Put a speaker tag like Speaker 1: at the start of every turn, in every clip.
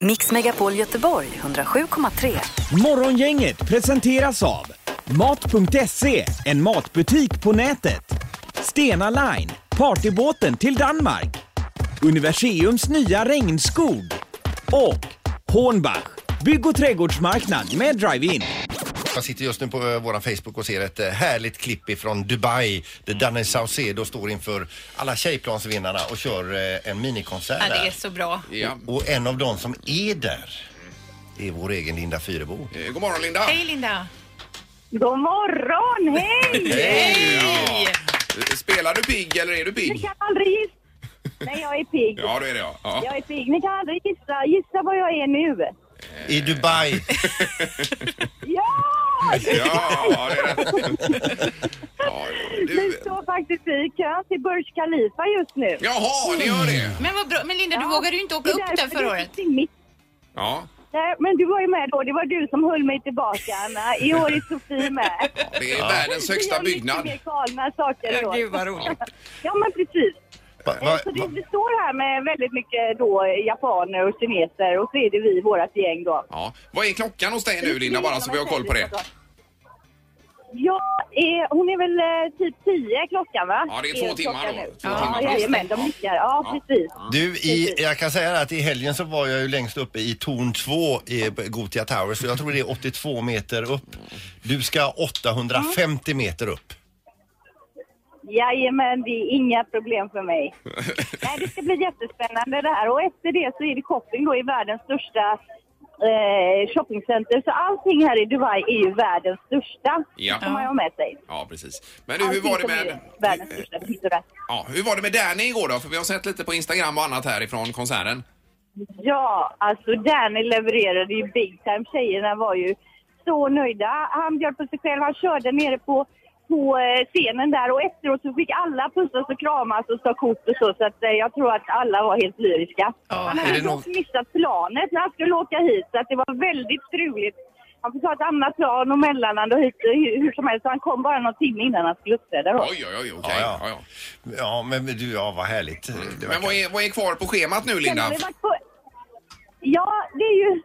Speaker 1: Mix Megapol Göteborg 107,3.
Speaker 2: Morgongänget presenteras av Mat.se, en matbutik på nätet. Stena Line, partybåten till Danmark. Universiums nya regnskog. Och Hornbach, bygg och trädgårdsmarknad med drive-in.
Speaker 3: Jag sitter just nu på eh, våran Facebook och ser ett eh, härligt klipp ifrån Dubai där Danny Saucedo står inför alla tjejplansvinnarna och kör eh, en minikonsert
Speaker 4: Ja, det är
Speaker 3: där.
Speaker 4: så bra.
Speaker 5: Ja.
Speaker 3: Och en av dem som är där är vår egen Linda Fyrebo.
Speaker 5: Eh, God morgon Linda!
Speaker 4: Hej Linda!
Speaker 6: God morgon, hej!
Speaker 4: Hej!
Speaker 5: Eh, Spelar du pigg eller är du
Speaker 6: Ni
Speaker 5: pigg?
Speaker 6: kan aldrig gissa. Nej, jag är pigg.
Speaker 5: Ja, det är det ja. ja.
Speaker 6: Jag är pigg. Ni kan aldrig gissa. Gissa vad jag är nu.
Speaker 3: I Dubai.
Speaker 6: Ja!
Speaker 5: Ja, det är det. Ja,
Speaker 6: Vi
Speaker 5: du...
Speaker 6: står faktiskt i kö till Burj Khalifa just nu.
Speaker 5: Jaha, ni gör det?
Speaker 4: Men vad bra. Men Linda, du
Speaker 6: Ja,
Speaker 4: vågade ju inte åka
Speaker 6: Det är
Speaker 4: upp där
Speaker 6: därför
Speaker 4: förra
Speaker 6: du
Speaker 4: året.
Speaker 6: fick mitt.
Speaker 5: Ja,
Speaker 6: Nej, men du var ju med då. Det var du som höll mig tillbaka, Anna. I år är Sofie med.
Speaker 5: det är världens högsta
Speaker 6: Vi
Speaker 5: byggnad.
Speaker 6: har mycket mer galna saker då.
Speaker 4: vad roligt.
Speaker 6: Ja, men precis.
Speaker 3: Va,
Speaker 6: Eh,
Speaker 3: va,
Speaker 6: Så det,
Speaker 3: va,
Speaker 6: vi står här med väldigt mycket då japaner och kineser och så är det vi, vårat gäng då.
Speaker 5: Ja. Vad är klockan hos dig nu Linda bara så vi har koll på det?
Speaker 6: Ja, eh, hon är väl eh, typ 10 klockan va?
Speaker 5: Ja, det är två
Speaker 6: klockan
Speaker 5: timmar då.
Speaker 6: nu.
Speaker 5: Två
Speaker 6: Ja,
Speaker 5: timmar.
Speaker 6: jajamän, de nickar. Ja,
Speaker 5: Ja.
Speaker 6: precis.
Speaker 3: du, i, jag kan säga att i helgen så var jag ju längst uppe i torn 2 i Gotia Towers och jag tror det är 82 meter upp. Du ska 850 meter upp.
Speaker 6: Jajamän, det är inga problem för mig. Nej, det ska bli jättespännande det här och efter det så är det shopping då i världens största eh, shoppingcenter. Så allting här i Dubai är ju världens största.
Speaker 5: Ja.
Speaker 6: Det får man ju ha med sig.
Speaker 5: Ja, precis. Men du, hur var det
Speaker 6: Allting som
Speaker 5: med...
Speaker 6: är Världens största finns det där.
Speaker 5: Ja, hur var det med Danny igår då? För vi har sett lite på Instagram och annat härifrån konserten.
Speaker 6: Ja, alltså Danny levererade ju big time. Tjejerna var ju så nöjda. Han bjöd på sig själv. Han körde nere på, på eh, scenen där och efteråt så fick alla pussas och kramas och ta kort och så. Så att, eh, jag tror att alla var helt lyriska. han
Speaker 3: är
Speaker 6: hade
Speaker 3: det
Speaker 6: dock missat planet när han skulle åka hit så att det var väldigt struligt. Han fick ta ett annat plan och mellanland och hit och hur hur som helst. Så han kom bara någon timme innan han skulle uppträda då.
Speaker 5: Oj, oj, oj, okej.
Speaker 3: Ja,
Speaker 5: Ja,
Speaker 3: ja.
Speaker 5: ja.
Speaker 3: Ja, men du, ja vad härligt. Det
Speaker 5: Men
Speaker 3: verkar-
Speaker 5: vad är, vad är kvar på schemat nu
Speaker 6: Sen har
Speaker 5: Linda?
Speaker 6: vi varit på- Ja, det är ju...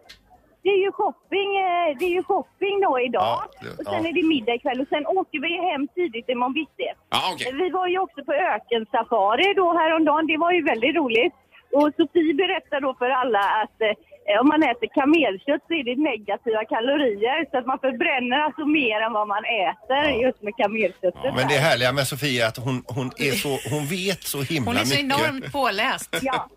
Speaker 6: Det är ju shopping, eh, det är ju shopping då idag.
Speaker 3: Ja, det-
Speaker 6: och sen
Speaker 3: ja.
Speaker 6: är det middag ikväll och sen åker vi hem tidigt imorgon bitti.
Speaker 5: Ja, okej.
Speaker 6: Vi var ju också på ökensafari då häromdagen. Det var ju väldigt roligt. Och Sofie berättade då för alla att eh, om man äter kamelkött så är det negativa kalorier. Så att man förbränner alltså mer än vad man äter just med kamelköttet.
Speaker 3: Men det
Speaker 6: där.
Speaker 3: härliga med Sofia är att hon, hon, är så, hon vet så himla
Speaker 4: Hon är så
Speaker 3: mycket.
Speaker 4: enormt påläst.
Speaker 6: Ja.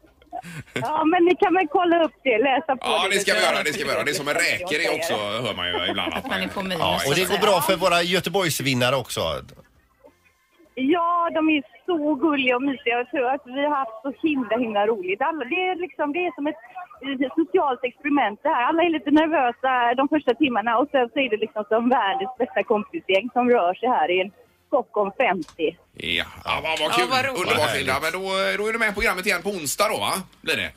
Speaker 6: ja, men ni kan väl kolla upp det, läsa på
Speaker 5: Ja, det ska vi
Speaker 6: lite.
Speaker 5: göra. Det ska vi göra. Det är som en räker det också, hör man ju ibland. Att
Speaker 4: Man är på minus.
Speaker 5: Ja,
Speaker 4: så
Speaker 3: Och
Speaker 4: att
Speaker 3: det går
Speaker 4: säga.
Speaker 3: bra för våra Göteborgsvinnare också.
Speaker 6: Ja, de är så gulliga och mysiga. Jag tror att vi har haft så himla, himla roligt. Alla, det, är liksom, det är som ett, ett socialt experiment det här. Alla är lite nervösa de första timmarna och sen så är det liksom som världens bästa kompisgäng som rör sig här i en Stockholm 50.
Speaker 5: Ja, ja vad, vad kul.
Speaker 4: Ja, vad roligt.
Speaker 5: Underbart
Speaker 3: Vad
Speaker 5: Linda. Men då, då är du med i programmet igen på onsdag då va? Blir det?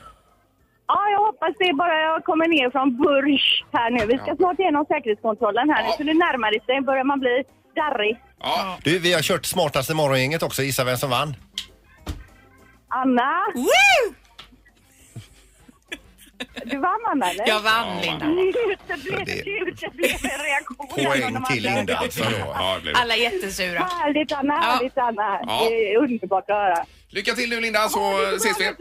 Speaker 6: Ja, jag hoppas det bara jag kommer ner från Burj här nu. Vi ska snart igenom säkerhetskontrollen här nu,
Speaker 5: Ja.
Speaker 6: så nu närmar det sig. börjar man bli darrig.
Speaker 5: Ja.
Speaker 3: Du, vi har kört smartaste morgongänget också. Gissa vem som vann?
Speaker 6: Anna,
Speaker 4: Woo!
Speaker 6: du vann Anna eller?
Speaker 4: Jag vann Linda.
Speaker 6: Det blev,
Speaker 3: Det-
Speaker 6: det blev en reaktion. från de
Speaker 3: Poäng till
Speaker 6: andra.
Speaker 3: Linda alltså. då.
Speaker 5: Ja, det blir det.
Speaker 4: Alla är jättesura.
Speaker 6: Härligt Anna, härligt Anna.
Speaker 5: Ja.
Speaker 6: Det är underbart att höra.
Speaker 5: Lycka till nu Linda så ses vi.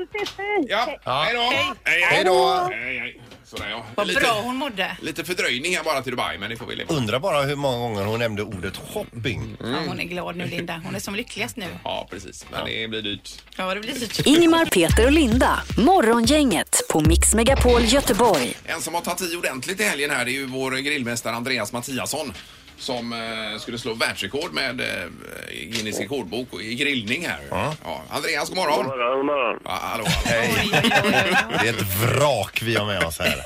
Speaker 5: Ja,
Speaker 3: Ja.
Speaker 5: hej då.
Speaker 4: Hej.
Speaker 3: Hej då!
Speaker 5: Hej, hej. Sådär ja.
Speaker 4: Vad
Speaker 5: lite,
Speaker 4: bra hon mådde.
Speaker 5: lite fördröjning här bara till Dubai men det får vi leva med.
Speaker 3: Undrar bara hur många gånger hon nämnde ordet shopping.
Speaker 4: Ja,
Speaker 5: Mm.
Speaker 4: hon är glad nu Linda. Hon är som lyckligast nu.
Speaker 5: Ja, precis. Men det blir dyrt.
Speaker 4: Ja, det blir så tydligt.
Speaker 1: Ingemar, Peter och Linda. Morgongänget på Mix Megapol Göteborg.
Speaker 5: En som har tagit i ordentligt i helgen här det är ju vår grillmästare Andreas Mattiasson som eh, skulle slå världsrekord med eh, Guinness rekordbok och- i grillning här. Ja. Andreas, god morgon.
Speaker 7: God morgon, god morgon.
Speaker 5: Ja, hallå, hallå.
Speaker 3: Hej. Det är ett vrak vi har med oss här.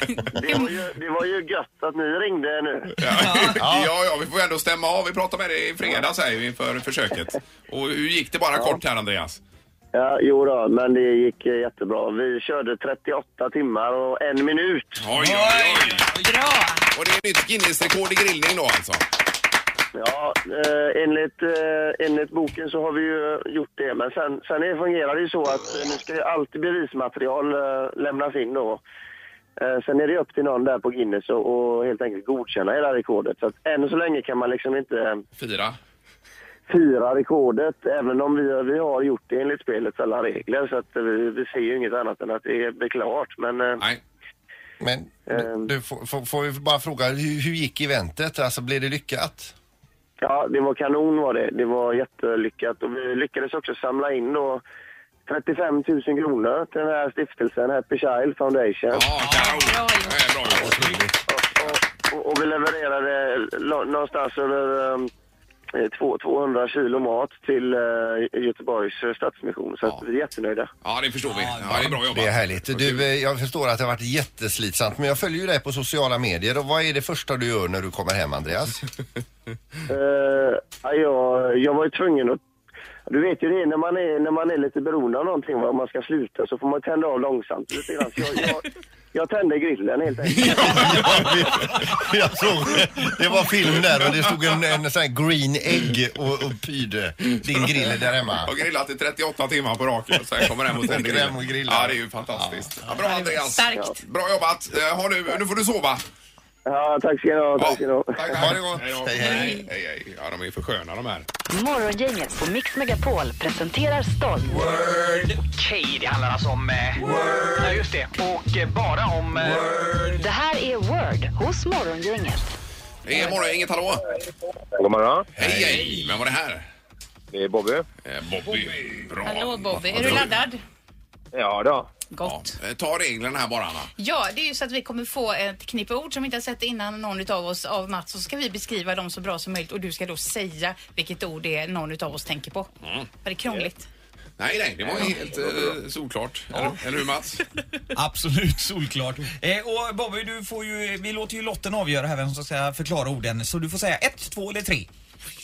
Speaker 7: Det var, ju, det var ju gött att ni ringde nu.
Speaker 5: Ja. ja, ja, vi får ändå stämma av. Vi pratade med dig i fredags här ju inför försöket. Och hur gick det bara kort här Andreas?
Speaker 7: Ja, jo då, men det gick eh, jättebra. Vi körde 38 timmar och en minut.
Speaker 5: Oj, oj, oj.
Speaker 4: Bra!
Speaker 5: Och det är nytt Guinness-rekord i grillning då alltså?
Speaker 7: Ja, eh, enligt, eh, enligt boken så har vi ju gjort det. Men sen, sen är- fungerar det ju så att eh, nu ska ju alltid bevismaterial eh, lämnas in då. Eh, Sen är det upp till någon där på Guinness och, och helt enkelt godkänna hela rekordet. Så att än så länge kan man liksom inte eh,
Speaker 5: Fyra.
Speaker 7: fira rekordet, även om vi, har- vi har gjort det enligt spelets alla regler. Så att eh, vi, vi ser ju inget annat än att det blir klart. Men eh,
Speaker 5: Nej.
Speaker 3: Men du, du får, får, får vi bara fråga, hur, hur gick eventet? Alltså blev det lyckat?
Speaker 7: Ja, det var kanon var det. Det var jättelyckat och vi lyckades också samla in då 35 000 kronor till den här stiftelsen Happy Child Foundation.
Speaker 5: Ja, kanon.
Speaker 4: bra gjort.
Speaker 5: Det är bra gjort.
Speaker 7: Och, och vi levererade lo- någonstans över um, eh, två- 200 kilo mat till eh, Göteborgs eh, Stadsmission. Så att vi är jättenöjda.
Speaker 5: Ja, det förstår vi. Ja, det är bra jobbat.
Speaker 3: Det är härligt. Du, eh, jag förstår att det har varit jätteslitsamt men jag följer ju dig på sociala medier och vad är det första du gör när du kommer hem Andreas?
Speaker 7: Eh, ja, jag, jag var ju tvungen att... Du vet ju det, när man är, när man är lite beroende av någonting, va, om man ska sluta, så får man tända av långsamt lite grann. Så jag, jag, jag tände grillen helt enkelt.
Speaker 3: jag såg, det var film där och det stod en, en sån här green egg och, och pyrde din grill där hemma.
Speaker 5: Har grillat i 38 timmar på raken och sen kommer hem och tänder
Speaker 3: Och grillar.
Speaker 5: grillen. Ja, det är ju fantastiskt. Ja, bra Andreas.
Speaker 4: Starkt.
Speaker 5: Bra jobbat. Eh, Ha nu, nu får du sova.
Speaker 7: Ja, tack ska ni ha. Tack ska ni ha.
Speaker 5: tack.
Speaker 3: Ha det gott.
Speaker 5: Hej, då.
Speaker 3: Hej,
Speaker 5: hej.
Speaker 3: hej.
Speaker 5: hej. Ja, de är för sköna de här.
Speaker 1: Morgongänget på Mix Megapol presenterar stolt.
Speaker 8: Okej, det handlar alltså om... Eh, ja, just det. Och eh, bara om... Eh,
Speaker 1: Det här är Word hos Morgongänget.
Speaker 5: Det är morgon, inget hallå.
Speaker 9: God morgon.
Speaker 5: Hej, hej. Vem var det här?
Speaker 9: Det är Bobby.
Speaker 5: Eh, Bobby. Bra.
Speaker 4: Hallå Bobby, är du laddad?
Speaker 9: Ja då.
Speaker 5: Ja,
Speaker 4: Gott.
Speaker 5: eh, ta reglerna här bara, Anna.
Speaker 4: Ja, det är ju så att vi kommer få ett knippe ord som vi inte har sett innan någon utav oss av Mats så ska vi beskriva dem så bra som möjligt och du ska då säga vilket ord det är någon utav oss tänker på. Var det krångligt?
Speaker 5: Mm. Nej, nej, det var helt eh, solklart. Eller, eller hur, Mats?
Speaker 10: Absolut, solklart. Eh, och Bobby, du får ju, vi låter ju lotten avgöra här vem som ska förklara orden. Så du får säga ett, två eller tre.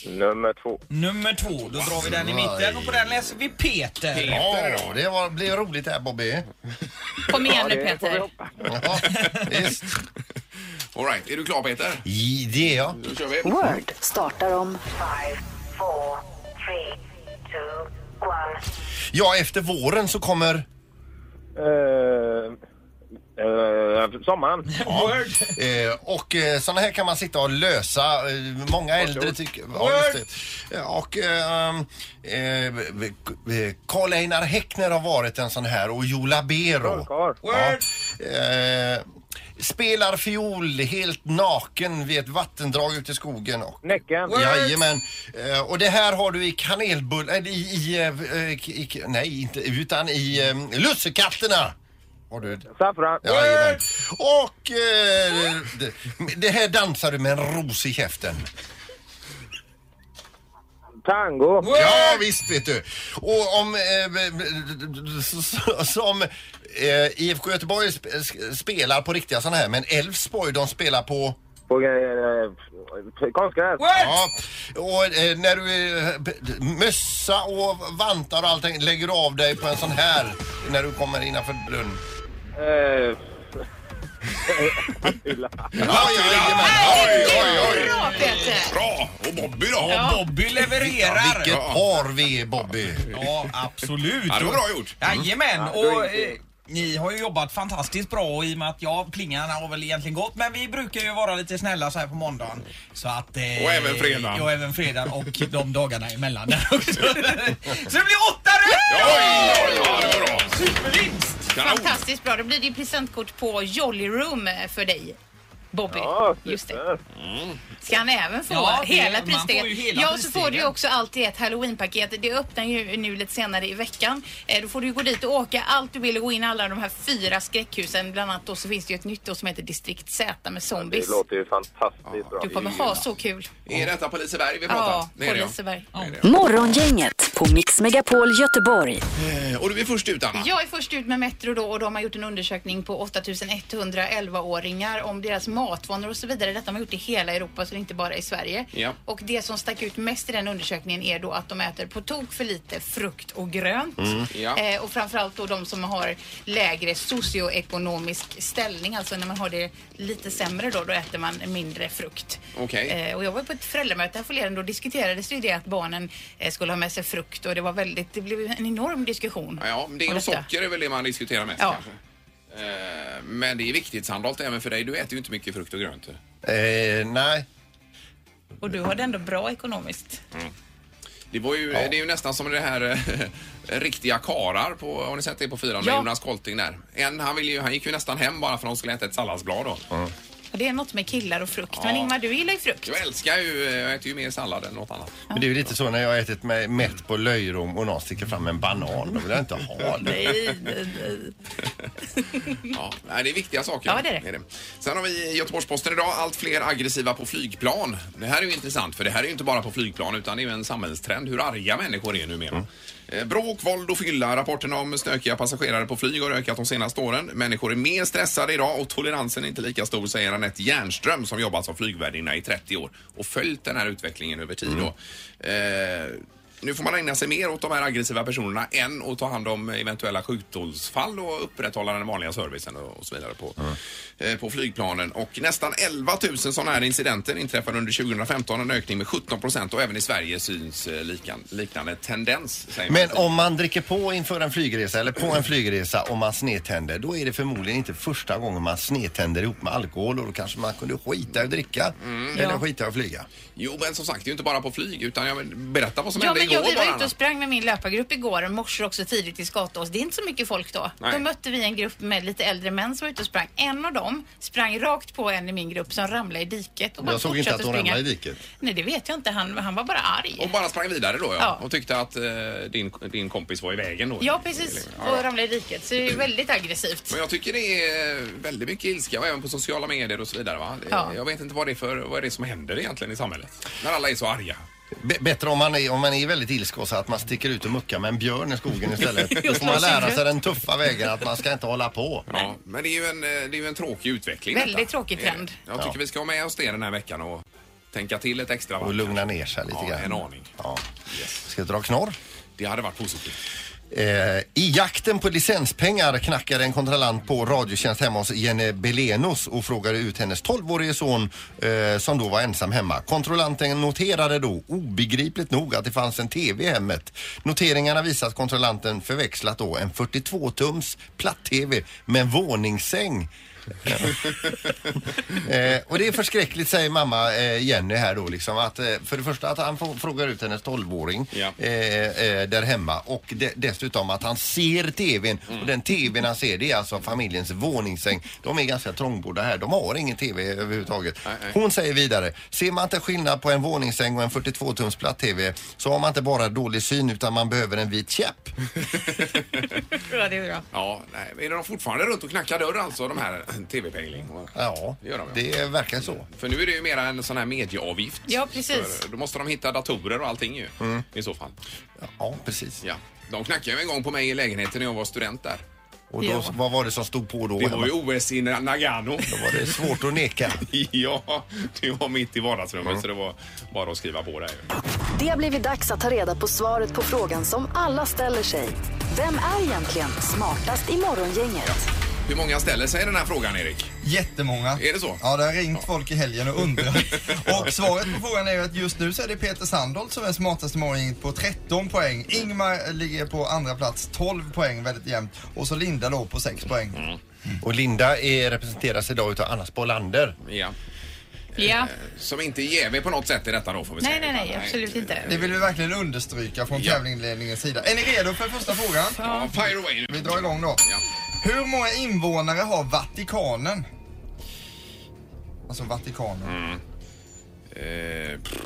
Speaker 9: Nummer två.
Speaker 10: Nummer två, då drar vi den i mitten och på den läser vi Peter.
Speaker 3: Ja, det var, blev roligt det här Bobby.
Speaker 4: Kom igen nu
Speaker 9: det får vi
Speaker 4: Peter.
Speaker 9: hoppas.
Speaker 3: Ja, visst.
Speaker 5: All right, är du klar, Peter?
Speaker 3: I- Det är jag.
Speaker 5: Då kör vi.
Speaker 1: Word startar om
Speaker 3: Ja, efter våren så kommer
Speaker 9: Eh, eh, sommaren.
Speaker 10: Word.
Speaker 3: Eh, och eh, sådana här kan man sitta och lösa. Eh, många äldre tycker... Ja, just det. Eh, Och eh, eh, eh, Karl Einar Häckner har varit en sån här och Jo Labero.
Speaker 9: Trollkarl.
Speaker 3: Ja. Eh, spelar fiol helt naken vid ett vattendrag ute i skogen. Och,
Speaker 9: Näcken.
Speaker 3: Jajamän. Eh, och det här har du i kanelbullar... I, i, eh, i, i, nej, inte utan i eh, lussekatterna. Har du
Speaker 9: Saffran.
Speaker 3: Jajamän. Och eh, det, det här dansar du med en ros i käften.
Speaker 9: Tango.
Speaker 3: Ja visst vet du. Och om eh, s- s- som eh, IFK Göteborg sp s- spelar på riktiga sådana här men Elfsborg de spelar på
Speaker 9: På eh, konstgräs.
Speaker 3: Ja, och eh, när du eh, b- d- mössa och vantar och allting lägger du av dig på en sån här när du kommer innanför brunn.
Speaker 9: Eh,
Speaker 3: Ja, ja, jajamän. Oj, oj, oj.
Speaker 4: Bra Peter!
Speaker 5: Bra! Och Bobby då?
Speaker 10: Ja, Bobby levererar.
Speaker 3: Vilket par vi är Bobby.
Speaker 10: Ja, absolut.
Speaker 5: Ja, det var bra gjort.
Speaker 3: Mm.
Speaker 10: Jajamän.
Speaker 9: då är
Speaker 10: Och,
Speaker 9: det-
Speaker 10: eh, ni har ju jobbat fantastiskt bra och i och med att jag plingarna har väl egentligen gått men vi brukar ju vara lite snälla så här på måndagen. Så att, eh,
Speaker 5: Och även fredagen.
Speaker 10: Ja, även fredagen och de dagarna emellan där också. så det blir åtta rätt!
Speaker 5: Oj, oj, oj, ja, det var bra.
Speaker 10: Supervinst!
Speaker 5: Kanon.
Speaker 4: Fantastiskt bra, då blir det ju presentkort på Jolly Room för dig. Bobby,
Speaker 9: ja,
Speaker 4: just det.
Speaker 9: super.
Speaker 5: Mm.
Speaker 4: Ska han även få
Speaker 10: Ja, det-
Speaker 4: hela
Speaker 10: man får ju
Speaker 4: prissteget?
Speaker 10: hela
Speaker 4: ja, så får du ju
Speaker 10: prisstegen.
Speaker 4: också alltid ett halloweenpaket. Det öppnar ju nu lite senare i veckan. Eh, Då får du ju gå dit och åka allt du vill och gå in i alla de här fyra skräckhusen. Bland annat då så finns det ju ett nytt då som heter Distrikt Z med
Speaker 9: Det
Speaker 4: zombies.
Speaker 9: låter ju fantastiskt bra.
Speaker 4: Du kommer ha så kul.
Speaker 5: Är detta på Liseberg vi pratar?
Speaker 4: Ja,
Speaker 5: Det är
Speaker 4: på
Speaker 5: det, ja.
Speaker 4: Liseberg.
Speaker 1: Morgongänget på Mix Megapol Göteborg.
Speaker 5: Eh, Och du är först ut, Anna.
Speaker 4: Jag är först ut med Metro då och de har gjort en undersökning på 8111-åringar om deras matvanor och så vidare. Detta har man gjort i hela Europa så det är inte bara i Sverige.
Speaker 5: Ja.
Speaker 4: Och det som stack ut mest i den undersökningen är då att de äter på tok för lite frukt och grönt.
Speaker 5: Mm. Ja.
Speaker 4: Eh, och framförallt då de som har lägre socioekonomisk ställning, alltså när man har det lite sämre då, då äter man mindre frukt.
Speaker 5: Okej.
Speaker 4: Eh, och jag var ju på ett föräldramöte här förleden, då diskuterades det ju det att barnen eh, skulle ha med sig frukt och det var väldigt, det blev ju en enorm diskussion.
Speaker 5: Ja, Ja, men det
Speaker 4: om
Speaker 5: och
Speaker 4: detta.
Speaker 5: socker är väl det man diskuterar mest
Speaker 4: Ja.
Speaker 5: kanske. Eh, Men det är viktigt Sandholt även för dig. Du äter ju inte mycket frukt och grönt.
Speaker 3: Eh, nej.
Speaker 4: Och du har det ändå bra ekonomiskt.
Speaker 5: Det, var ju, det är ju nästan som det här eh, riktiga karar på, har ni sett det på fyran med
Speaker 4: Ja.
Speaker 5: Jonas Kolting där? En, han, ville ju, han gick ju nästan hem bara för att de skulle äta ett salladsblad då.
Speaker 4: Och det är något med killar och frukt. Men Ingmar, du gillar ju frukt.
Speaker 5: Jag älskar ju, eh, jag äter ju mer sallad än något annat.
Speaker 3: Men det är ju lite så när jag har ätit mig mätt på löjrom och någon sticker fram en banan. Då vill jag inte ha det.
Speaker 4: Nej, nej, nej.
Speaker 5: Ja, nej, det är viktiga saker.
Speaker 4: Ja, det är det.
Speaker 5: Sen har vi Göteborgs-Posten idag. Allt fler aggressiva på flygplan. Det här är ju intressant för det här är ju inte bara på flygplan utan det är ju en samhällstrend hur arga människor är numera. Mm. Bråk, våld och fylla. Rapporterna om stökiga passagerare på flyg har ökat de senaste åren. Människor är mer stressade idag och toleransen är inte lika stor säger Anette Jernström som jobbat som flygvärdinna i 30 år och följt den här utvecklingen över tid. Då. Eh, nu får man ägna sig mer åt de här aggressiva personerna än att ta hand om eventuella sjukdomsfall och upprätthålla den vanliga servicen och och så vidare på,
Speaker 3: Mm.
Speaker 5: eh, på flygplanen. Och nästan 11 000 sådana här incidenter inträffade under 2015, en ökning med 17 procent och även i Sverige syns eh, likan, liknande tendens. Säger
Speaker 3: Men
Speaker 5: man.
Speaker 3: om man dricker på inför en flygresa eller på en flygresa och man snedtänder då är det förmodligen inte första gången man snedtänder ihop med alkohol och då kanske man kunde skita i att dricka eller
Speaker 4: Ja.
Speaker 3: skita i att flyga.
Speaker 5: Jo, men som sagt, det är ju inte bara på flyg utan jag vill berätta vad som
Speaker 4: Ja,
Speaker 5: hände
Speaker 4: men
Speaker 5: igår
Speaker 4: jag, vi
Speaker 5: bara,
Speaker 4: var ute
Speaker 5: Anna.
Speaker 4: och sprang med min löpargrupp igår morse också tidigt i Skatås. Det är inte så mycket folk då.
Speaker 5: Nej.
Speaker 4: Då mötte vi en grupp med lite äldre män som var ute och sprang. En av dem sprang rakt på en i min grupp som ramlade i diket. Och bara
Speaker 3: Jag såg inte
Speaker 4: fortsatte
Speaker 3: att hon
Speaker 4: springa.
Speaker 3: ramlade i diket.
Speaker 4: Nej, det vet jag inte. Han, han var bara arg.
Speaker 5: Och bara sprang vidare då ja.
Speaker 4: Ja.
Speaker 5: Och tyckte att eh, din, din kompis var i vägen då.
Speaker 4: Ja, precis.
Speaker 5: Eller-
Speaker 4: Och ramlade i diket. Så det är ju väldigt aggressivt.
Speaker 5: Men jag tycker det är väldigt mycket ilska och även på sociala medier och så vidare va? Det-
Speaker 4: Ja.
Speaker 5: Jag vet inte vad det är för, vad är det som händer egentligen i samhället? När alla är så arga.
Speaker 3: B- bättre om man, är, om man är väldigt ilsken så att man sticker ut och muckar med en björn i skogen istället. Då får man lära sig den tuffa vägen att man ska inte hålla på.
Speaker 5: Ja, men det är ju en, eh, det är ju en tråkig utveckling.
Speaker 4: Väldigt
Speaker 5: detta.
Speaker 4: tråkig trend.
Speaker 5: Eh, Jag tycker vi ska ha med oss det den här veckan och tänka till ett extra varv.
Speaker 3: Och lugna ner sig lite
Speaker 5: Ja,
Speaker 3: grann.
Speaker 5: en aning.
Speaker 3: Ja. Ska jag dra knorr?
Speaker 5: Det hade varit positivt.
Speaker 3: Eh, I jakten på licenspengar knackade en kontrollant på Radiotjänst hemma hos Jenny Belenus och frågade ut hennes 12-årige son eh, som då var ensam hemma. Kontrollanten noterade då obegripligt nog att det fanns en TV i hemmet. Noteringarna visar att kontrollanten förväxlat då en 42-tums platt-TV med en våningssäng. Eh, och det är förskräckligt säger mamma eh, Jenny här då liksom att eh, för det första att han får- frågar ut hennes 12-åring
Speaker 5: Ja.
Speaker 3: eh, eh, där hemma och de, dessutom att han ser TVn
Speaker 5: Mm.
Speaker 3: och den TVn han ser det är alltså familjens våningssäng. De är ganska trångbodda här, de har ingen TV överhuvudtaget. Hon säger vidare, ser man inte skillnad på en våningssäng och en 42-tums platt-TV så har man inte bara dålig syn utan man behöver en vit käpp.
Speaker 4: Ja, det är bra.
Speaker 5: Ja, nej, men är de fortfarande runt och knackar dörr alltså, de här TV-pejling?
Speaker 3: Ja,
Speaker 5: Det gör de, ja.
Speaker 3: det verkar så.
Speaker 5: För nu är det ju mera en sån här medieavgift.
Speaker 4: Ja, precis.
Speaker 5: För då måste de hitta datorer och allting ju i så fall.
Speaker 3: Ja, Mm. precis.
Speaker 5: Ja. De knackade ju en gång på mig i lägenheten när jag var student där.
Speaker 3: Och då,
Speaker 4: Ja.
Speaker 3: vad var det som stod på då?
Speaker 5: Det
Speaker 3: hemma?
Speaker 5: var ju OS i Nagano.
Speaker 3: var det svårt att neka.
Speaker 5: ja, det var mitt i vardagsrummet så det var bara att skriva på det. här ju.
Speaker 1: Det har blivit dags att ta reda på svaret på frågan som alla ställer sig. Vem är egentligen smartast i Morgongänget?
Speaker 5: Hur många ställer sig den här frågan, Erik?
Speaker 10: Jättemånga.
Speaker 5: Är det så?
Speaker 10: Ja, det har ringt folk i helgen och undrat. Och svaret på frågan är ju att just nu så är det Peter Sandholt som är smartast i morgongänget på 13 poäng. Ingmar ligger på andra plats 12 poäng väldigt jämnt. Och så Linda då på 6 poäng.
Speaker 3: Mm. Och Linda är, representeras idag utav Anna Spolander.
Speaker 5: Ja.
Speaker 4: Ja.
Speaker 5: Som inte är jävig på något sätt i detta då får vi
Speaker 4: Nej,
Speaker 5: säga.
Speaker 4: nej, nej,
Speaker 5: Utan,
Speaker 4: absolut
Speaker 10: Det
Speaker 4: inte.
Speaker 10: vill vi verkligen understryka från
Speaker 5: Ja.
Speaker 10: tävlingsledningens sida. Är ni redo för första frågan?
Speaker 5: Ja, fire away nu.
Speaker 10: Vi drar igång då.
Speaker 5: Ja.
Speaker 10: Hur många invånare har Vatikanen? Alltså Vatikanen.
Speaker 5: Mm. Eh, pff.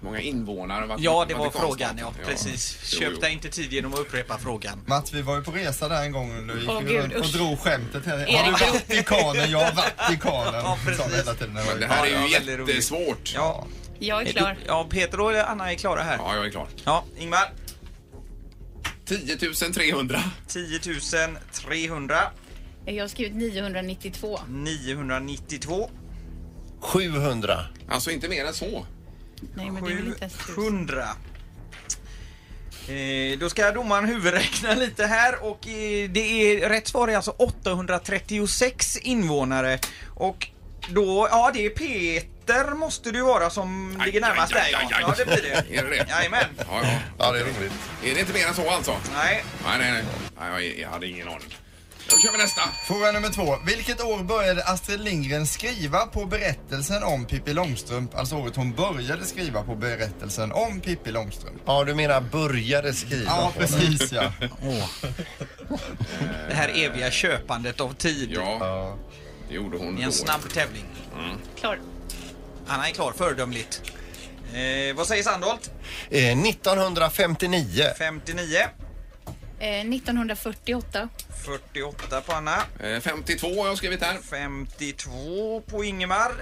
Speaker 5: Hur många invånare? Vad-
Speaker 11: Ja, det var
Speaker 5: Vatikanstaten?
Speaker 11: frågan. Ja,
Speaker 5: Ja.
Speaker 11: precis.
Speaker 5: Jo,
Speaker 11: Köp
Speaker 5: jo.
Speaker 11: dig inte tid genom att upprepa frågan.
Speaker 10: Mats, vi var ju på resa där en gång under gick
Speaker 4: Åh,
Speaker 10: vi
Speaker 4: gud,
Speaker 10: runt och
Speaker 4: usch.
Speaker 10: drog skämtet hela tiden.
Speaker 4: Erik,
Speaker 10: Ja,
Speaker 4: du-
Speaker 10: Vatikanen, ja Vatikanen.
Speaker 11: Ja, precis.
Speaker 10: Sa vi liksom, hela tiden när vi var
Speaker 5: Men det
Speaker 10: ute.
Speaker 5: här
Speaker 11: Ja,
Speaker 5: är
Speaker 11: ja, väldigt
Speaker 5: ju
Speaker 11: roligt.
Speaker 5: jättesvårt. Ja.
Speaker 10: Ja,
Speaker 4: Jag är klar.
Speaker 11: Ja, Peter och Anna är klara här.
Speaker 5: jag är klar.
Speaker 11: Ja, Ingmar.
Speaker 5: 10 300.
Speaker 11: 10 300.
Speaker 4: Jag har skrivit 992.
Speaker 11: 992.
Speaker 3: 700.
Speaker 5: Alltså inte mer än så.
Speaker 4: Nej, men det är väl inte ens tusen.
Speaker 11: 700. Eh, då ska domaren huvudräkna lite här och eh, det är rätt svar är alltså 836 invånare och då, ja det är Peter måste du vara som ligger närmast
Speaker 5: aj,
Speaker 11: där
Speaker 5: aj,
Speaker 11: ja.
Speaker 5: aj.
Speaker 11: ja det blir det.
Speaker 5: Är det det?
Speaker 11: Jajamän.
Speaker 5: Ja, ja.
Speaker 3: Ja, det är roligt.
Speaker 5: Är det inte mer än så alltså?
Speaker 11: Nej.
Speaker 5: Nej, nej, nej. nej jag, jag hade ingen aning. Då kör vi nästa.
Speaker 10: Fråga nummer två. Vilket år började Astrid Lindgren skriva på berättelsen om Pippi Långstrump? Alltså året hon började skriva på berättelsen om Pippi Långstrump.
Speaker 3: Ja, du menar började skriva
Speaker 10: Ja,
Speaker 3: på.
Speaker 10: precis ja.
Speaker 11: Det här eviga köpandet av tid
Speaker 5: Ja, det gjorde hon Mm.
Speaker 11: i en
Speaker 5: då.
Speaker 11: snabb tävling.
Speaker 4: Klar.
Speaker 11: Anna är klar föredömligt. Eh, vad säger Sandholt?
Speaker 3: Eh, 1959.
Speaker 11: 59.
Speaker 4: Eh, 1948.
Speaker 11: 48 på Anna.
Speaker 5: Eh, 52 har jag skrivit här.
Speaker 11: 52 på Ingemar.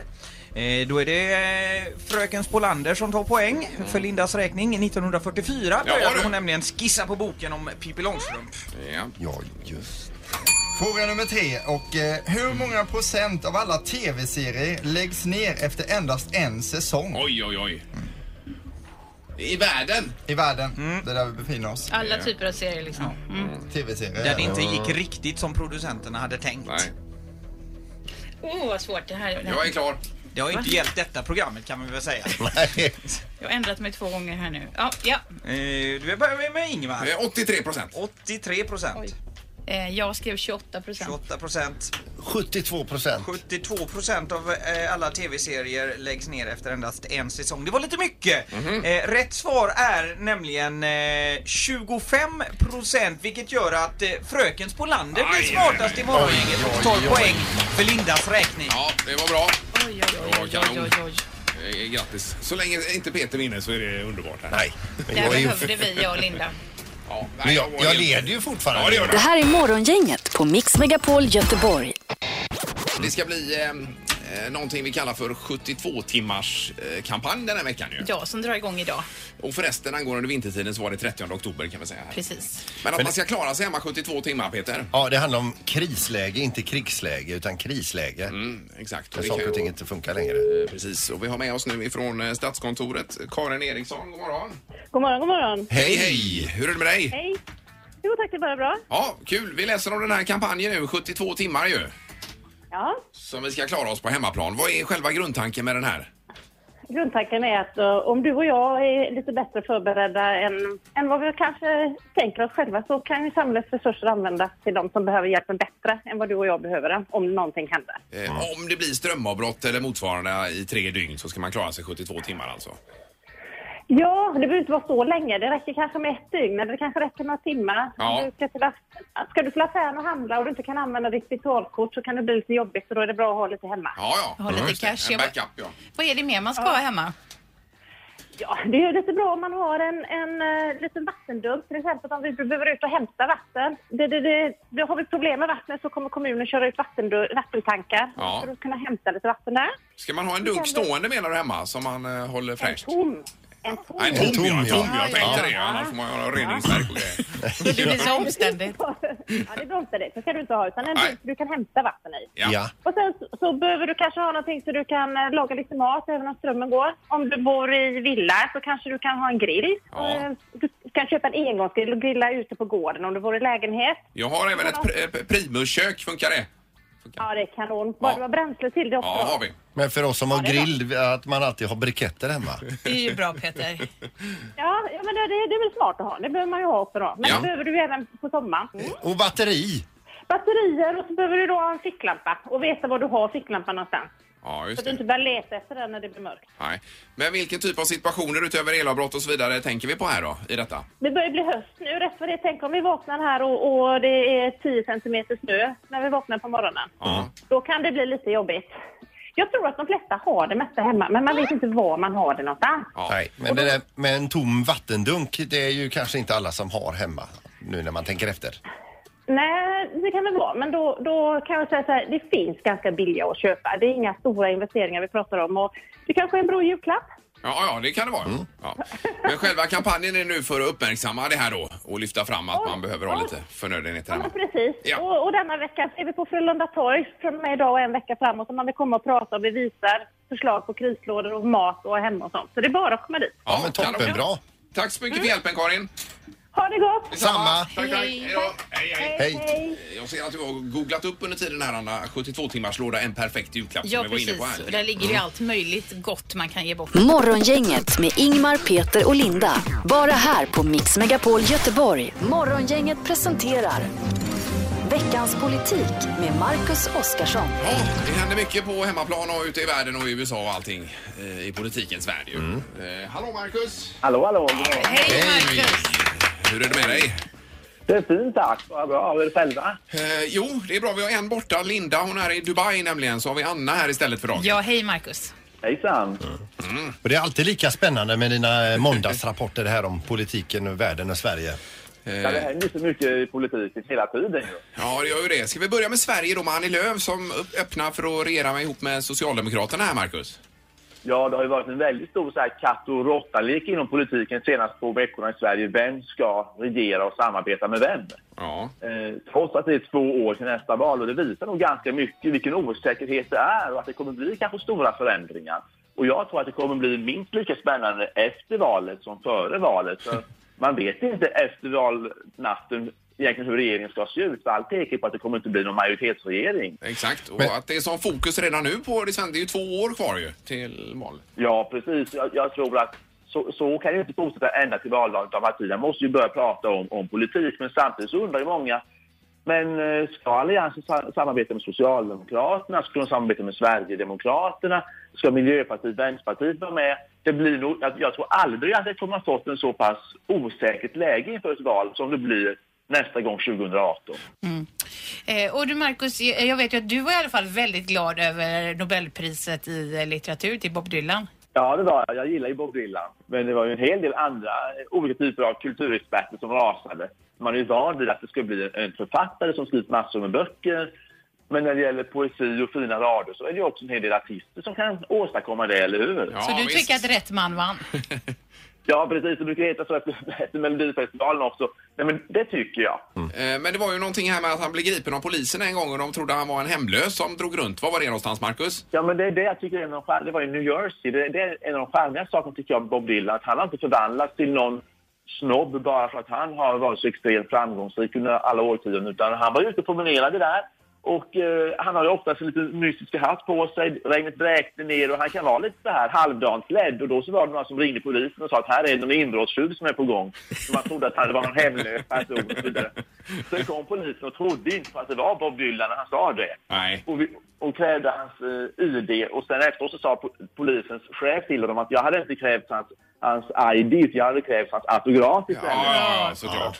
Speaker 11: Eh, då är det eh, fröken Spolander som tar poäng för Lindas räkning. 1944
Speaker 5: Mm. Ja,
Speaker 11: började
Speaker 5: du.
Speaker 11: hon nämligen skissa på boken om Pippi Långstrump.
Speaker 5: Ja.
Speaker 3: Ja, just
Speaker 10: Fråga nummer tre. Och eh,
Speaker 11: Mm.
Speaker 10: hur många procent av alla tv-serier läggs ner efter endast en säsong Mm.
Speaker 5: Oj, oj, oj. I världen. typ-
Speaker 10: i världen?
Speaker 11: Mm.
Speaker 10: Det är där vi befinner oss.
Speaker 4: Alla
Speaker 5: Ja.
Speaker 4: typer av serier liksom. Mm.
Speaker 11: Där det
Speaker 10: Tv-serier.
Speaker 11: inte gick riktigt som producenterna hade tänkt.
Speaker 5: Eh, Nej,
Speaker 4: Åh, vad svårt det här är.
Speaker 5: jag är klar.
Speaker 11: Det har ju inte hjälpt detta programmet kan man väl säga.
Speaker 3: Nej.
Speaker 4: Jag har ändrat mig två gånger här nu. Ja, ja.
Speaker 11: Eh, Du börjar med Ingemar.
Speaker 5: Eh, 83 procent.
Speaker 11: 83 procent.
Speaker 4: Eh, jag skrev 28 procent.
Speaker 11: 28 procent.
Speaker 3: 72 procent.
Speaker 11: 72 procent av eh, alla tv-serier läggs ner efter endast en säsong. Det var lite mycket!
Speaker 5: Mhm.
Speaker 11: Eh, Rätt svar är nämligen eh, 25 procent vilket gör att eh, Fröken Spolander
Speaker 5: Aj,
Speaker 11: blir
Speaker 5: aj,
Speaker 11: smartast i morgongänget och tar poäng för Lindas räkning.
Speaker 5: Ja, det var bra.
Speaker 4: Oj, oj, oj, oj, oj, oj, oj.
Speaker 5: Eh, Grattis. Så länge inte Peter vinner så är det underbart. Här.
Speaker 3: Nej. Men
Speaker 4: Där
Speaker 3: jag, är ju,
Speaker 4: behövde vi, jag och Linda.
Speaker 5: Ja,
Speaker 3: men
Speaker 5: nej,
Speaker 3: jag,
Speaker 5: var
Speaker 3: jag
Speaker 5: helt-
Speaker 3: leder ju fortfarande.
Speaker 5: Ja, det gör
Speaker 1: Det
Speaker 5: du.
Speaker 1: här är Morgongänget på Mix Megapol Göteborg.
Speaker 5: Det ska bli eh, eh, någonting vi kallar för 72 timmars eh, kampanj den här veckan ju.
Speaker 4: Ja, som drar igång idag.
Speaker 5: Och förresten angående vintertiden så var det 30 oktober kan vi säga. Här.
Speaker 4: Precis.
Speaker 5: Men att man ska klara sig hemma 72 timmar Peter.
Speaker 3: Ja, det handlar om krisläge, inte krigsläge, utan krisläge.
Speaker 5: Mm, exakt.
Speaker 3: Där
Speaker 5: Det
Speaker 3: saker
Speaker 5: kan
Speaker 3: och
Speaker 5: ju-
Speaker 3: ting inte funkar längre.
Speaker 5: Eh, Precis, och vi har med oss nu ifrån eh, Statskontoret Karin Eriksson, god morgon.
Speaker 9: God morgon, god morgon.
Speaker 5: Hej, hej! Hur är det med dig?
Speaker 9: Hej. Jo tack, det är bara bra.
Speaker 5: Ja, kul. Vi läser om den här kampanjen nu, 72 timmar ju,
Speaker 9: Ja.
Speaker 5: som vi ska klara oss på hemmaplan. Vad är själva grundtanken med den här?
Speaker 9: Grundtanken är att eh, om du och jag är lite bättre förberedda än, än vad vi kanske tänker oss själva så kan ju samhällets resurser användas till de som behöver hjälpen bättre än vad du och jag behöver den om någonting händer.
Speaker 5: Eh, Om det blir strömavbrott eller motsvarande i tre dygn så ska man klara sig 72 timmar alltså.
Speaker 9: Ja, det behöver inte vara så länge. Det räcker kanske med ett dygn eller det kanske räcker några timmar.
Speaker 5: Ja.
Speaker 9: Om Du ska, till aff- ska du till affären och handla och du inte kan använda ditt betalkort så kan det bli lite jobbigt så då är det bra att ha lite hemma.
Speaker 5: Ja, ja.
Speaker 4: Jag har lite
Speaker 5: Just det.
Speaker 4: cash.
Speaker 5: En
Speaker 4: Jag var-
Speaker 5: backup, ja.
Speaker 4: Vad är det mer man ska ha hemma?
Speaker 9: Ja, det är ju lite bra om man har en, en eh, liten vattendunk, till exempel om vi behöver ut och hämta vatten. Det, det, det, då har vi problem med vattnet så kommer kommunen köra ut vattendu- vattentankar
Speaker 5: Ja.
Speaker 9: för att kunna hämta lite vatten där.
Speaker 5: Ska man ha en dunk stående menar du hemma som man eh, håller
Speaker 9: En
Speaker 5: fräscht?
Speaker 9: tom. En tom.
Speaker 5: Nej, en tom, ja. En tom, jag
Speaker 4: Ja, ja,
Speaker 5: tänkte det.
Speaker 4: ja.
Speaker 5: Annars får man göra reningsverk och grejer.
Speaker 4: Det blir så omständigt.
Speaker 9: ja, det bromsar dig. Det ska du inte ha, utan en
Speaker 5: Nej.
Speaker 9: dunk du kan hämta vatten i.
Speaker 5: Ja.
Speaker 3: Ja.
Speaker 9: Och sen så, så behöver du kanske ha någonting så du kan eh, laga lite mat även om strömmen går. Om du bor i villa så kanske du kan ha en grill.
Speaker 5: Ja.
Speaker 9: Eh, Du kan köpa en engångsgrill och grilla ute på gården om du bor i lägenhet.
Speaker 5: Jag har även ett pr- eh, primuskök, funkar det?
Speaker 9: Ja, det är kanon. Bara
Speaker 5: Ja.
Speaker 9: du har bränsle till det också.
Speaker 5: Ja, har vi.
Speaker 3: Men för oss som har
Speaker 9: det är bra.
Speaker 3: grill, att man alltid har briketter hemma.
Speaker 4: Det är ju bra Peter.
Speaker 9: Ja, ja, men det, det, det är väl smart att ha. Det behöver man ju ha också då. Men
Speaker 5: Ja.
Speaker 9: det behöver du ju även på sommaren. Mm.
Speaker 3: Och batteri.
Speaker 9: Batterier och så behöver du då ha en ficklampa och veta var du har ficklampan någonstans.
Speaker 5: Ja,
Speaker 9: Så
Speaker 5: just
Speaker 9: att du inte
Speaker 5: det.
Speaker 9: börjar leta efter den när det blir mörkt.
Speaker 5: Nej. Men vilken typ av situationer utöver elavbrott och så vidare tänker vi på här då, i detta?
Speaker 9: Det börjar bli höst nu. Rätt vad det är, tänk om vi vaknar här och, och det är 10 centimeter snö när vi vaknar på morgonen.
Speaker 5: Ja.
Speaker 9: Då kan det bli lite jobbigt. Jag tror att de flesta har det mesta hemma, men man vet inte var man har det någonstans.
Speaker 5: Ja.
Speaker 3: Nej, men det där med en tom vattendunk, det är ju kanske inte alla som har hemma. Nu när man tänker efter.
Speaker 9: Nej, det kan väl vara. Men då, då kan jag säga så här, det finns ganska billiga att köpa. Det är inga stora investeringar vi pratar om. Och det kanske är en bra julklapp.
Speaker 5: Ja, ja, det kan det vara.
Speaker 3: Mm.
Speaker 5: Ja. Men själva kampanjen är nu för att uppmärksamma det här då och lyfta fram att man behöver ha lite förnödenheter
Speaker 9: Ja,
Speaker 5: hemma.
Speaker 9: men precis.
Speaker 5: Ja.
Speaker 9: Och, och denna vecka är vi på Frölunda torg från och med idag och en vecka framåt. Och man vill komma och prata och vi visar förslag på krislådor och mat och hemma och sånt. Så det är bara att komma dit.
Speaker 3: Ja, men
Speaker 5: kanon.
Speaker 3: toppen, bra.
Speaker 5: Tack så mycket för hjälpen Karin.
Speaker 9: Ha det gott!
Speaker 3: Samma.
Speaker 5: Tack, tack. Hej då. Hej, hej.
Speaker 3: Hej.
Speaker 5: Jag ser att du har googlat upp under tiden här Anna, 72-timmarslåda, en perfekt julklapp som
Speaker 4: Ja
Speaker 5: vi var inne
Speaker 4: precis.
Speaker 5: på Mm.
Speaker 4: Och
Speaker 5: här.
Speaker 4: där ligger ju allt möjligt gott man kan ge bort.
Speaker 1: Morgongänget med Ingmar, Peter och Linda. Bara här på Mix Megapol Göteborg. Morgongänget presenterar Veckans politik med Marcus Oskarsson.
Speaker 5: Ja, det händer mycket på hemmaplan och ute i världen och i USA och allting eh, i politikens värld ju.
Speaker 3: Mm.
Speaker 5: Eh, hallå Marcus!
Speaker 12: Hallå, hallå.
Speaker 4: Hej, Marcus!
Speaker 5: Hur är det med dig?
Speaker 12: Det är fint, tack. Vad bra. Hur är det själva?
Speaker 5: Eh, jo, det är bra. Vi har en borta, Linda. Hon är i Dubai nämligen. Så har vi Anna här istället för dagen. Eh.
Speaker 4: Ja, hej Marcus.
Speaker 12: Hejsan.
Speaker 3: Och det är alltid lika spännande med dina eh, måndagsrapporter här om politiken, världen och Sverige.
Speaker 5: Eh,
Speaker 12: Ja, det händer ju så mycket i politiken hela tiden. ju.
Speaker 5: Ja, det gör ju det. Ska vi börja med Sverige då med Annie Lööf som upp- öppnar för att regera ihop med Socialdemokraterna här, Marcus?
Speaker 12: Ja, det har ju varit en väldigt stor så här, katt och råttalek inom politiken de senaste två veckorna i Sverige. Vem ska regera och samarbeta med vem?
Speaker 5: Ja.
Speaker 12: Eh, trots att det är två år till nästa val och det visar nog ganska mycket vilken osäkerhet det är och att det kommer bli kanske stora förändringar. Och jag tror att det kommer bli minst lika spännande efter valet som före valet. För man vet inte efter valnatten egentligen hur regeringen ska se ut. För allt pekar på att det kommer inte bli någon majoritetsregering.
Speaker 5: Exakt. Och att det är som fokus redan nu på det svenska. Det är ju två år kvar ju till val.
Speaker 12: Ja, precis. Jag, jag tror att så, så kan det inte fortsätta ända till valdagen. utan Partierna måste ju börja prata om, om politik, men samtidigt så undrar ju många men eh, ska Alliansen sa- samarbeta med Socialdemokraterna? Ska de samarbeta med Sverigedemokraterna? Ska Miljöpartiet, Vänsterpartiet vara med? Det blir nog, jag, jag tror aldrig att det kommer att ha fått en så pass osäkert läge inför ett val som det blir nästa gång 2018.
Speaker 4: Eh, och du Marcus, jag jag vet ju att du var i alla fall väldigt glad över Nobelpriset i eh, litteratur till Bob Dylan.
Speaker 12: Ja, det var jag. Jag gillar ju Bob Dylan. Men det var ju en hel del andra eh, olika typer av kulturexperter som rasade. Man är ju van vid att det ska bli en författare som skrivit massor med böcker. Men när det gäller poesi och fina rader så är det ju också en hel del artister som kan åstadkomma det, eller hur?
Speaker 4: Så du tycker att rätt man vann?
Speaker 12: Ja, precis. Det brukar heta så efter, efter Melodifestivalen också. Nej, men det tycker jag.
Speaker 5: Eh, Men det var ju någonting här med att han blev gripen av polisen en gång och de trodde han var en hemlös som drog runt. Var var det någonstans, Marcus?
Speaker 12: Ja, men det är det jag tycker är en av de skär- Det var i New Jersey. Det, det är en av de charmiga sakerna tycker jag med Bob Dylan. Att han har inte förvandlats till någon snobb bara för att han har varit så extremt framgångsrik under alla årtionden. Utan han var ute och promenerade där. Och eh, han har ju oftast en liten mystisk hatt på sig. Regnet vräkte ner och han kan vara lite så här halvdant klädd. Och då så var det några som ringde polisen och sa att här är någon inbrottstjuv som är på gång. Så man trodde att han var någon hemlös person och så vidare. Sen kom polisen och trodde inte på att det var Bob Dylan när han sa det.
Speaker 5: Nej.
Speaker 12: Och, vi, och krävde hans eh, ID och sen efteråt så sa po- polisens chef till honom att jag hade inte krävt hans, hans ID utan jag hade krävt hans autograf istället.
Speaker 5: Ja, såklart.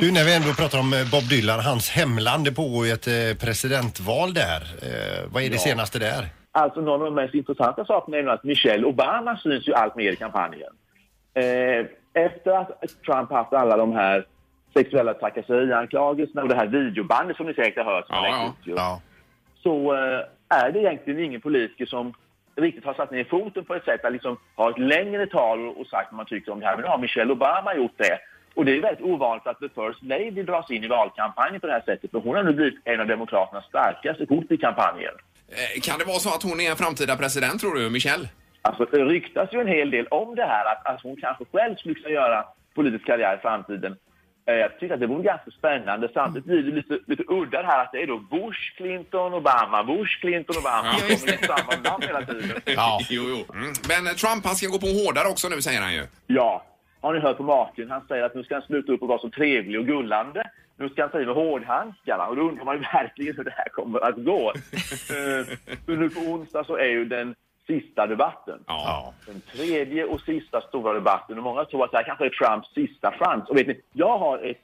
Speaker 3: Du, när vi ändå pratar om eh, Bob Dylan, hans hemland, det pågår ju ett eh, presidentval där. Eh, vad är det
Speaker 12: Ja.
Speaker 3: senaste där?
Speaker 12: Alltså någon av de mest intressanta sakerna är nog att Michelle Obama syns ju allt mer i kampanjen. Eh, efter att Trump haft alla de här sexuella trakasserianklagelserna och det här videobandet som ni säkert har hört som har läckt ut ju, så eh, är det egentligen ingen politiker som riktigt har satt ner foten på ett sätt att liksom ha ett längre tal och sagt vad man tycker om det här. Men nu har Michelle Obama gjort det. Och det är väldigt ovanligt att the first lady dras in i valkampanjen på det här sättet. För hon har nu blivit en av demokraternas starkaste kort i kampanjen.
Speaker 5: Eh, Kan det vara så att hon är en framtida president, tror du, Michelle?
Speaker 12: Alltså, det ryktas ju en hel del om det här, att, att hon kanske själv skulle kunna göra politisk karriär i framtiden. Eh, Jag tycker att det vore ganska spännande. Samtidigt blir det lite, lite udda det här att det är då Bush, Clinton, Obama, Bush, Clinton, Obama.
Speaker 5: Ja,
Speaker 12: Ja,
Speaker 5: just
Speaker 12: det samma namn hela tiden.
Speaker 5: Jo, jo. Mm. Men eh, Trump, han ska gå på hårdare också nu, säger han ju.
Speaker 12: Ja, har ni hört på maken? Han säger att nu ska han sluta upp och vara så trevlig och gullande. Nu ska han ta i med hårdhandskarna och då undrar man ju verkligen hur det här kommer att gå. Eh, För nu på onsdag så är ju den sista debatten.
Speaker 5: Ja.
Speaker 12: Den tredje och sista stora debatten och många tror att det här kanske är Trumps sista chans. Och vet ni, jag har ett,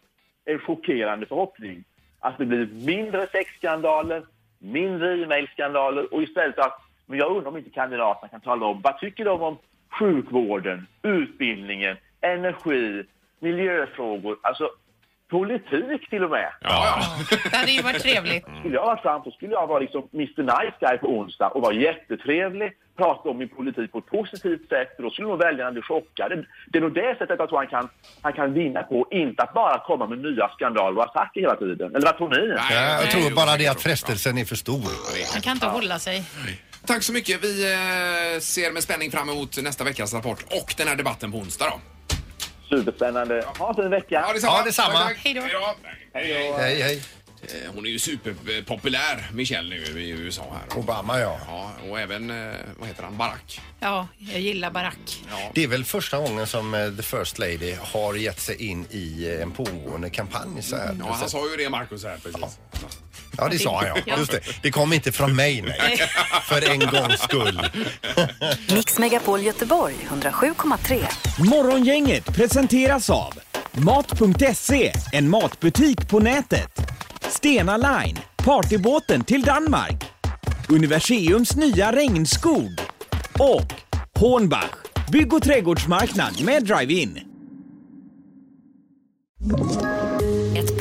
Speaker 12: en chockerande förhoppning att det blir mindre sexskandaler, mindre e-mailskandaler och istället att, men jag undrar om inte kandidaterna kan tala om, vad tycker de om sjukvården, utbildningen, energi, miljöfrågor, alltså politik till och med. Mm.
Speaker 4: Det hade ju varit trevligt.
Speaker 12: Skulle jag vara Trump så skulle jag vara liksom Mr Nice Guy på onsdag och vara jättetrevlig, prata om min politik på ett positivt sätt för då skulle nog väljarna bli chockade. Det är nog det sättet jag tror han kan, han kan vinna på, inte att bara komma med nya skandaler och attacker hela tiden. Eller vad tror ni?
Speaker 3: Ja, jag tror bara det att frestelsen är för stor.
Speaker 4: Han kan inte hålla sig.
Speaker 5: Tack så mycket. Vi eh, ser med spänning fram emot nästa veckas rapport och den här debatten på onsdag då.
Speaker 12: Superspännande. Ha en fin vecka!
Speaker 5: Ja, detsamma.
Speaker 3: Ja, detsamma.
Speaker 5: Tack, tack.
Speaker 4: Hej då.
Speaker 5: Hej då. Hej, hej.
Speaker 3: Hej, hej.
Speaker 5: Eh, Hon är ju superpopulär, Michelle, nu i USA här.
Speaker 3: Obama, ja.
Speaker 5: ja och även, eh, vad heter han, Barack.
Speaker 4: Ja, jag gillar barack.
Speaker 3: Det är väl första gången som eh, The First Lady har gett sig in i eh, en pågående kampanj så här.
Speaker 5: Mm, Ja, han sa ju det, Marcus, här precis.
Speaker 3: Ja, det sa jag. Just det. Det kom inte från mig, nej. För en gångs skull.
Speaker 1: Mix Megapol Göteborg 107,3.
Speaker 2: Morgongänget presenteras av Mat.se, en matbutik på nätet. Stena Line, partybåten till Danmark. Universiums nya regnskog. Och Hornbach, bygg och trädgårdsmarknad med drive-in.
Speaker 12: Ett